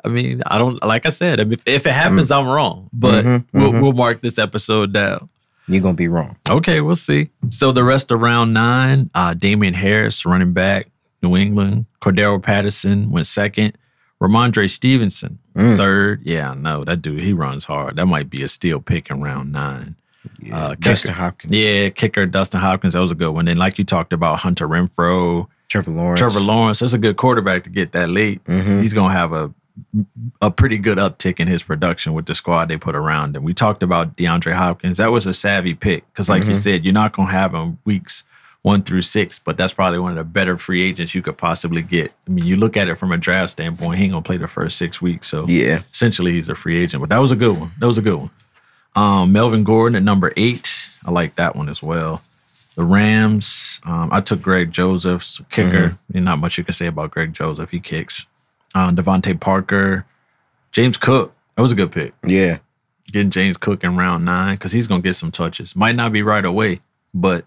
I mean, I don't like I said. I mean, if, if it happens, Mm-hmm. I'm wrong. But Mhm, we'll, mhm. we'll mark this episode down. You're gonna be wrong. Okay, we'll see. So the rest of round nine, uh, Damian Harris, running back, New England. Cordero Patterson went second. Ramondre Stevenson, Mm. third. Yeah, I know. That dude, he runs hard. That might be a steal pick in round nine. Yeah. Uh, Dustin Hopkins. Yeah, kicker Dustin Hopkins, that was a good one. And like you talked about, Hunter Renfro, Trevor Lawrence. Trevor Lawrence, that's a good quarterback to get that late. Mhm. He's gonna have a a pretty good uptick in his production with the squad they put around him. We talked about DeAndre Hopkins. That was a savvy pick because, like you said, you're not gonna have him weeks one through six, but that's probably one of the better free agents you could possibly get. I mean, you look at it from a draft standpoint, he ain't gonna play the first six weeks, so Yeah. essentially he's a free agent. But that was a good one. That was a good one. Um, Melvin Gordon at number eight. I like that one as well. The Rams. Um, I took Greg Joseph's kicker. And not much you can say about Greg Joseph. He kicks. Um, Devontae Parker, James Cook. That was a good pick. Yeah. Getting James Cook in round nine because he's gonna get some touches. Might not be right away, but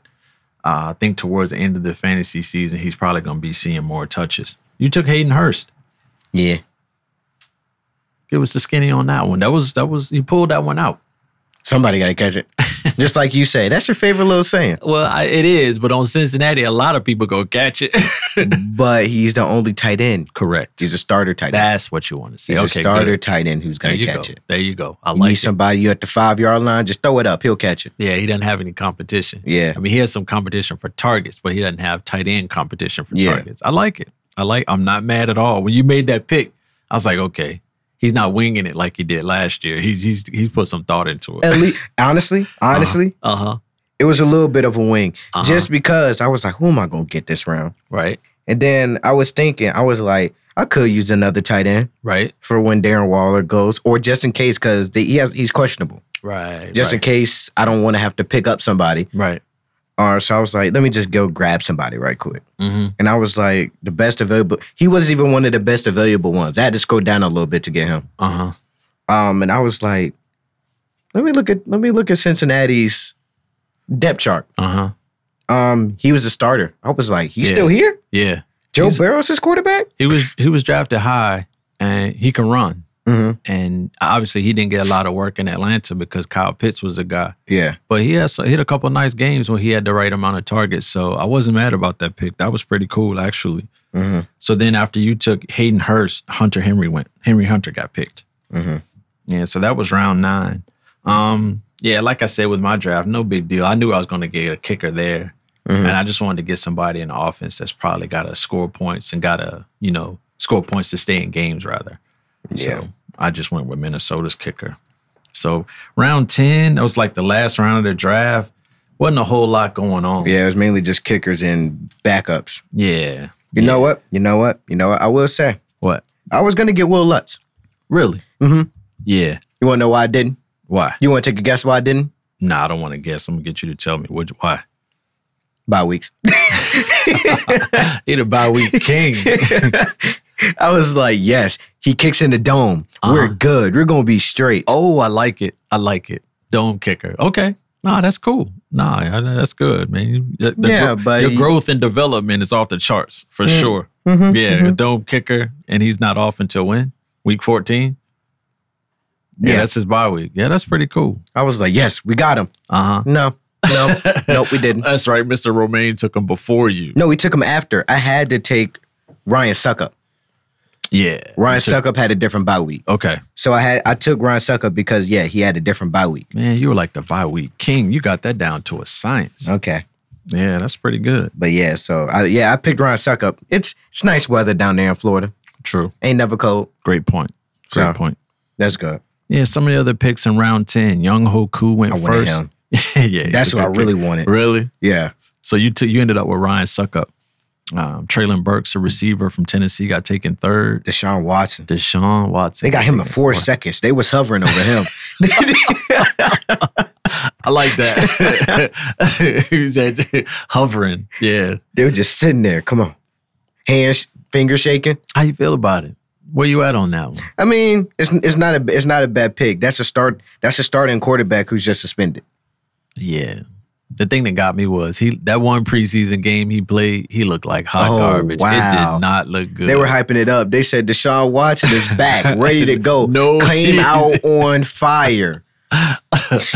uh, I think towards the end of the fantasy season, he's probably gonna be seeing more touches. You took Hayden Hurst. Yeah. Give us the skinny on that one. That was that was you pulled that one out. Somebody gotta catch it. Just like you say. That's your favorite little saying. Well, I, it is, but on Cincinnati, a lot of people go catch it. But he's the only tight end. Correct. He's a starter tight end. That's what you want to see. He's okay, a starter good. tight end who's There gonna you catch go. it. There you go. I You need like it. somebody you at the five yard line, just throw it up. He'll catch it. Yeah, he doesn't have any competition. Yeah. I mean, he has some competition for targets, but he doesn't have tight end competition for Yeah. targets. I like it. I like. I'm not mad at all. When you made that pick, I was like, okay, he's not winging it like he did last year. He's he's he's put some thought into it. At least honestly, honestly, Uh huh. it was a little bit of a wing. Uh-huh. Just because I was like, who am I gonna get this round? Right. And then I was thinking, I was like, I could use another tight end Right. for when Darren Waller goes, or just in case, because he has he's questionable. Right. Just in right. case I don't want to have to pick up somebody. Right. Or so I was like, let me just go grab somebody right quick. Mm-hmm. And I was like, the best available. He wasn't even one of the best available ones. I had to scroll down a little bit to get him. Uh huh. Um, and I was like, let me look at let me look at Cincinnati's depth chart. Uh huh. Um, he was a starter. I was like, he's Yeah. still here? Yeah. Joe He's- Burrow's his quarterback? He was he was drafted high, and he can run. Mm-hmm. and obviously he didn't get a lot of work in Atlanta because Kyle Pitts was a guy. Yeah. But he has hit a couple nice games when he had the right amount of targets. So I wasn't mad about that pick. That was pretty cool actually. Mm-hmm. So then after you took Hayden Hurst, Hunter Henry went. Henry Hunter got picked. Mm-hmm. Yeah, so that was round nine. Um, yeah, like I said with my draft, no big deal. I knew I was going to get a kicker there, Mhm. and I just wanted to get somebody in the offense that's probably got to score points and got to you know score points to stay in games rather. Yeah. So I just went with Minnesota's kicker. So round ten, that was like the last round of the draft. wasn't a whole lot going on. Yeah, it was mainly just kickers and backups. Yeah. You know what? You know what? You know what? I will say, What? I was gonna get Will Lutz. Really? Mhm. Yeah. You wanna know why I didn't? Why? You wanna take a guess why I didn't? Nah, I don't want to guess. I'm gonna get you to tell me what. Why? Bye weeks. Either by week king. I was like, yes, he kicks in the dome. We're Uh-huh. good. We're gonna be straight. Oh, I like it. I like it. Dome kicker. Okay. Nah, that's cool. Nah, I- that's good, man. You- the- the Yeah, gro- but your you- growth and development is off the charts for Mm, sure. Mhm, Yeah, a mhm. dome kicker, and he's not off until when? Week fourteen. Yeah, Yeah. that's his bye week. Yeah, that's pretty cool. I was like, yes, we got him. Uh huh. No, no, nope, we didn't. That's right. Mr. Romaine took him before you. No, we took him after. I had to take Ryan Suckup. Yeah. Ryan Suckup had a different bye week. Okay. So I had I took Ryan Suckup because yeah, he had a different bye week. Man, you were like the bye week king. You got that down to a science. Okay. Yeah, that's pretty good. But yeah, so I, yeah, I picked Ryan Suckup. It's it's nice weather down there in Florida. True. Ain't never cold. Great point. Great So- point. That's good. Yeah, some of the other picks in round 10. Young Hoku went I wanted first. him. yeah, That's he's a what I good really kicker. wanted. Really? Yeah. So you t- you ended up with Ryan Suckup. Um, Traylon Burks, a receiver from Tennessee, got taken third. Deshaun Watson. Deshaun Watson. They got him in taken four fourth. seconds. They was hovering over him. I like that. He said, hovering. Yeah. they were just sitting there. Come on. Hands, finger shaking. How you feel about it? Where you at on that one? I mean, it's it's not a it's not a bad pick. That's a start. That's a starting quarterback who's just suspended. Yeah. The thing that got me was he that one preseason game he played, he looked like hot Oh, garbage. It wow. did not look good. They were hyping it up. They said Deshaun Watson is back, ready to go. No, came he- out on fire.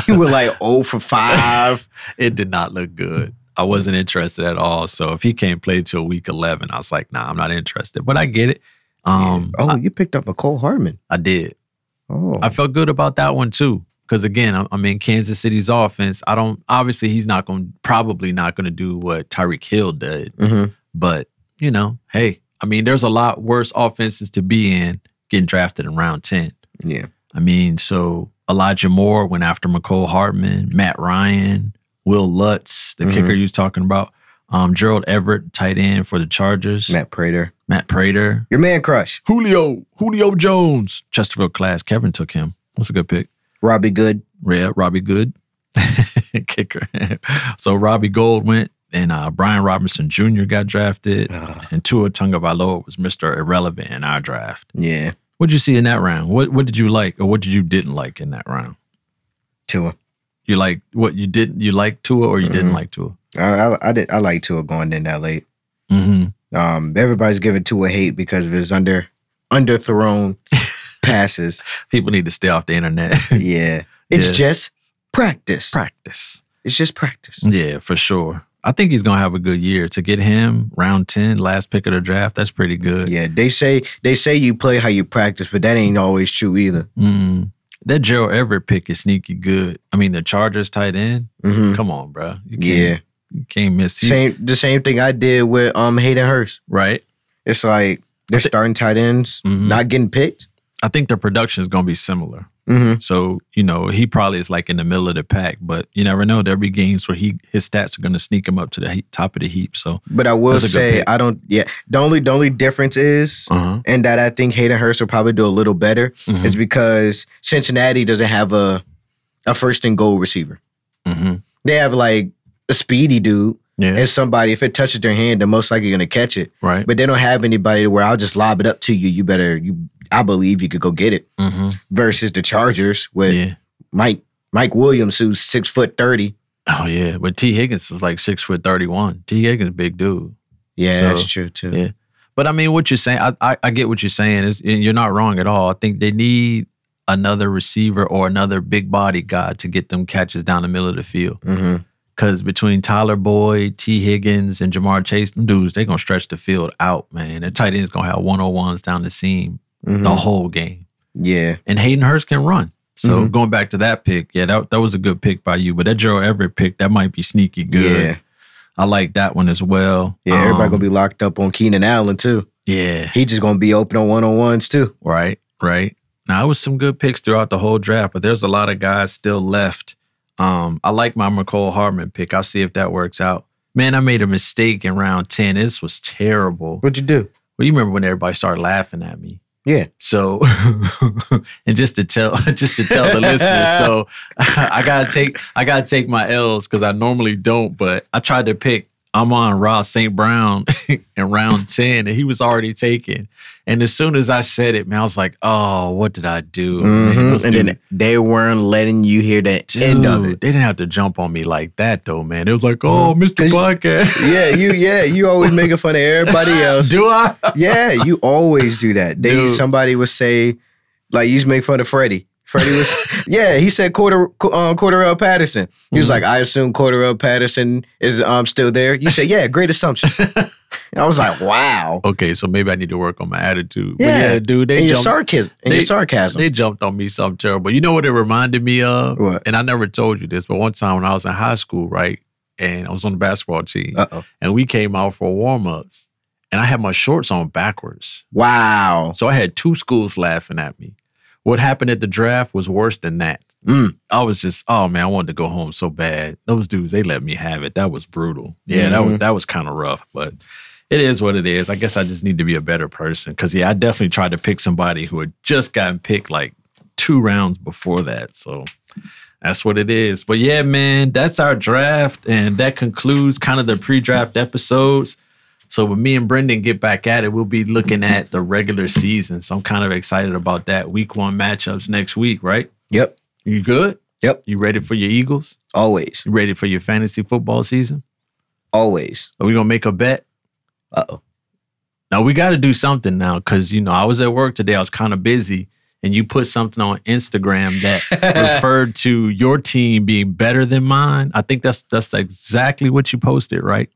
you were like 0 for five. it did not look good. I wasn't interested at all. So if he can't play till week eleven, I was like, nah, I'm not interested. But I get it. Um Oh, I, you picked up a Cole Harmon. I did. Oh, I felt good about that one too. Because again, I'm, I'm in Kansas City's offense. I don't obviously he's not going probably not going to do what Tyreek Hill did. Mhm. But you know, hey, I mean, there's a lot worse offenses to be in getting drafted in round ten. yeah. I mean, so Elijah Moore went after McCole Hartman, Matt Ryan, Will Lutz, the Mhm. kicker you was talking about, um, Gerald Everett, tight end for the Chargers, Matt, Matt Prater, Prater, your man crush, Julio, Julio Jones, Chesterfield class. Kevin took him. That's a good pick. Robbie Good. Yeah, Robbie Good, kicker. so Robbie Gold went, and uh, Brian Robinson Jr. got drafted, and Tua Tungavailoa was Mister Irrelevant in our draft. yeah, What'd you see in that round? What What did you like, or what did you didn't like in that round? Tua. You like what you didn't you liked Tua or you didn't Mhm. like Tua? I, I I did I like Tua going in that late. Mm-hmm. Um, everybody's giving Tua hate because of his under underthrown passes. People need to stay off the internet. Yeah, it's Yeah. just practice. Practice. It's just practice. Yeah, for sure. I think he's gonna have a good year. To get him round ten, last pick of the draft, that's pretty good. Yeah, they say they say you play how you practice, but that ain't always true either. Mm. That Gerald Everett pick is sneaky good. I mean, the Chargers tight end. hmm Come on, bro. You can't, Yeah, you can't miss. He, same the same thing I did with um Hayden Hurst. right. It's like they're starting tight ends, Mhm. not getting picked. I think the production is gonna be similar. Mm-hmm. So you know he probably is like in the middle of the pack, but you never know. There'll be games where he his stats are gonna sneak him up to the he- top of the heap. So But I will That's a good say pick. I don't. Yeah, the only the only difference is, uh-huh. and that I think Hayden Hurst will probably do a little better, Mhm. is because Cincinnati doesn't have a a first and goal receiver. hmm They have like a speedy dude yeah, and somebody. If it touches their hand, they're most likely gonna catch it. right. But they don't have anybody where I'll just lob it up to you. You better you. I believe you could go get it. hmm Versus the Chargers with Yeah. Mike Mike Williams, who's six foot thirty. Oh yeah, but T Higgins is like six foot thirty one. T Higgins big dude. Yeah, So, that's true too. yeah. But I mean, what you're saying, I I, I get what you're saying. Is you're not wrong at all. I think they need another receiver or another big body guy to get them catches down the middle of the field. hmm Because between Tyler Boyd, T Higgins, and Jamar Chase, them dudes, they're gonna stretch the field out, man. The tight end's gonna have one on ones down the seam the whole game. Mm-hmm. Yeah. and Hayden Hurst can run. So Mhm. going back to that pick, yeah, that, that was a good pick by you. But that Gerald Everett pick, that might be sneaky good. Yeah. I like that one as well. Yeah, everybody Um, gonna be locked up on Keenan Allen too. be Yeah. He just gonna be open on one on ones too. Right. Right. Now it was some good picks throughout the whole draft, but there's a lot of guys still left. Um, I like my McCole Hartman pick. I'll see if that works out. Man, I made a mistake in round 10. This was terrible. What'd you do? Well, you remember when everybody started laughing at me. Yeah. So, and just to tell, just to tell the listeners, so I gotta take, I gotta take my L's because I normally don't, but I tried to pick. I'm on Ross St. Brown in round ten, and he was already taken. And as soon as I said it, man, I was like, "Oh, what did I do?" Man, Mhm. those And dudes- then they weren't letting you hear that Dude, end of it. Mm-hmm. They didn't have to jump on me like that, though, man. It was like, "Oh, Mr. 'Cause- Podcast." Yeah, you yeah, you always making fun of everybody else. do I? Yeah, you always do that. They Dude. somebody would say, like you used to make fun of Freddie. Freddie was yeah, he said quarter um, Cordell Patterson. He was Mhm. like, I assume Cordell Patterson is um still there. You said, yeah, great assumption. I was like, wow. Okay, so maybe I need to work on my attitude. But Yeah. yeah dude, and they your jumped. sarcasm. And your they- sarcasm. They jumped on me something terrible. You know what it reminded me of? What? And I never told you this, but one time when I was in high school, right? And I was on the basketball team, Uh oh. and we came out for warm ups, and I had my shorts on backwards. Wow. So I had two schools laughing at me. What happened at the draft was worse than that. Mm. I was just, oh man, I wanted to go home so bad. Those dudes, they let me have it. That was brutal. Yeah, that was that was kind of rough, but it is what it is. I guess I just need to be a better person. Cause yeah, I definitely tried to pick somebody who had just gotten picked like two rounds before that. So that's what it is. But yeah, man, that's our draft. And that concludes kind of the pre-draft episodes. So when me and Brendan get back at it, we'll be looking at the regular season. So I'm kind of excited about that. Week one matchups next week, right? Yep. You good? Yep. You ready for your Eagles? Always. You ready for your fantasy football season? Always. Are we gonna make a bet? Uh oh. Now we got to do something now because you know I was at work today. I was kind of busy, and you put something on Instagram that referred to your team being better than mine. I think that's that's exactly what you posted, right?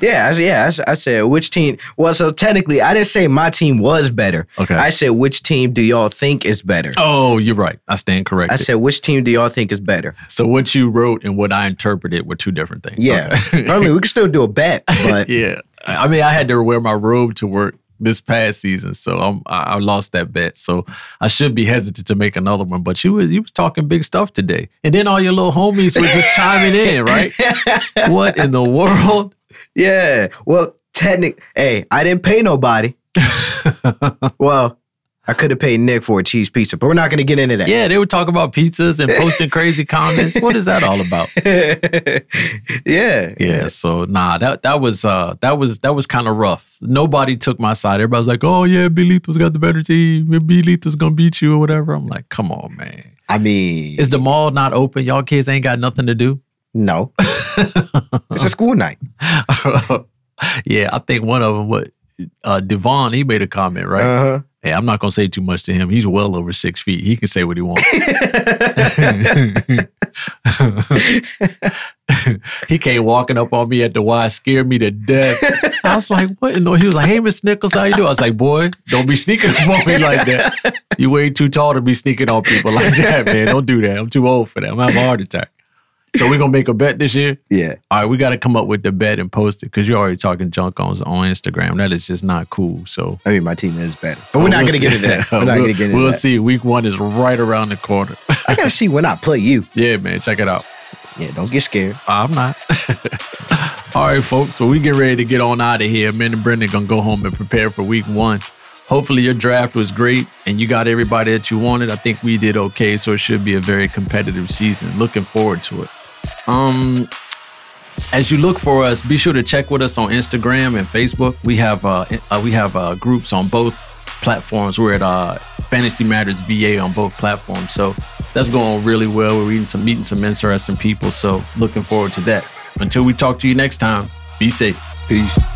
Yeah, I, yeah. I s- I, said which team. Well, so technically, I didn't say my team was better. Okay. I said which team do y'all think is better? oh, you're right. I stand I corrected. said which team do y'all think is better? so what you wrote and what I interpreted were two different things. Yeah. Okay. I mean, we can still do a bet, but yeah. I I mean, I had to wear my robe to work this past season, so I'm, I I lost that bet. So I should be hesitant to make another one. But you was you was talking big stuff today, and then all your little homies were just chiming in, right? What in the world? yeah. Well, technic. Hey, I didn't pay nobody. well, I could have paid Nick for a cheese pizza, but we're not going to get into that. Yeah, they were talking about pizzas and posting crazy comments. What is that all about? yeah. Yeah, so nah, that that was uh that was that was kind of rough. Nobody took my side. Everybody's like, "Oh yeah, Belito's got the better team. Belito's gonna beat you or whatever." I'm like, "Come on, man." I mean, Is the mall not open? Y'all kids ain't got nothing to do. no. it's a school night. yeah, I think one of them, what uh, Devon, he made a comment, right? Uh-huh. hey, I'm not gonna say too much to him. He's well over six feet. He can say what he wants. he came walking up on me at the Y, scared me to death. I was like, what? And he was like, hey, Miss Nichols, how you doing? I was like, boy, don't be sneaking up on me like that. You way too tall to be sneaking on people like that, man. Don't do that. I'm too old for that. I'm having a heart attack. So we're gonna make a bet this year. Yeah. All right, we got to come up with the bet and post it because you're already talking junk on on Instagram. That is just not cool. So I mean, my team is better, but we're not going to get into that. We're not going to get into Oh, We'll that. see. Week one is right around the corner. I gotta see when I play you. yeah, man, check it out. Yeah, don't get scared. I'm not. All right, folks. So we get ready to get on out of here. Me and Brendan gonna go home and prepare for week one. Hopefully your draft was great and you got everybody that you wanted. I think we did okay, so it should be a very competitive season. Looking forward to it. Um, as you look for us, be sure to check with us on Instagram and Facebook. We have uh, in- uh we have uh, groups on both platforms. We're at uh, Fantasy Matters VA on both platforms, so that's going really well. We're meeting some meeting some interesting people, so looking forward to that. Until we talk to you next time, be safe. Peace.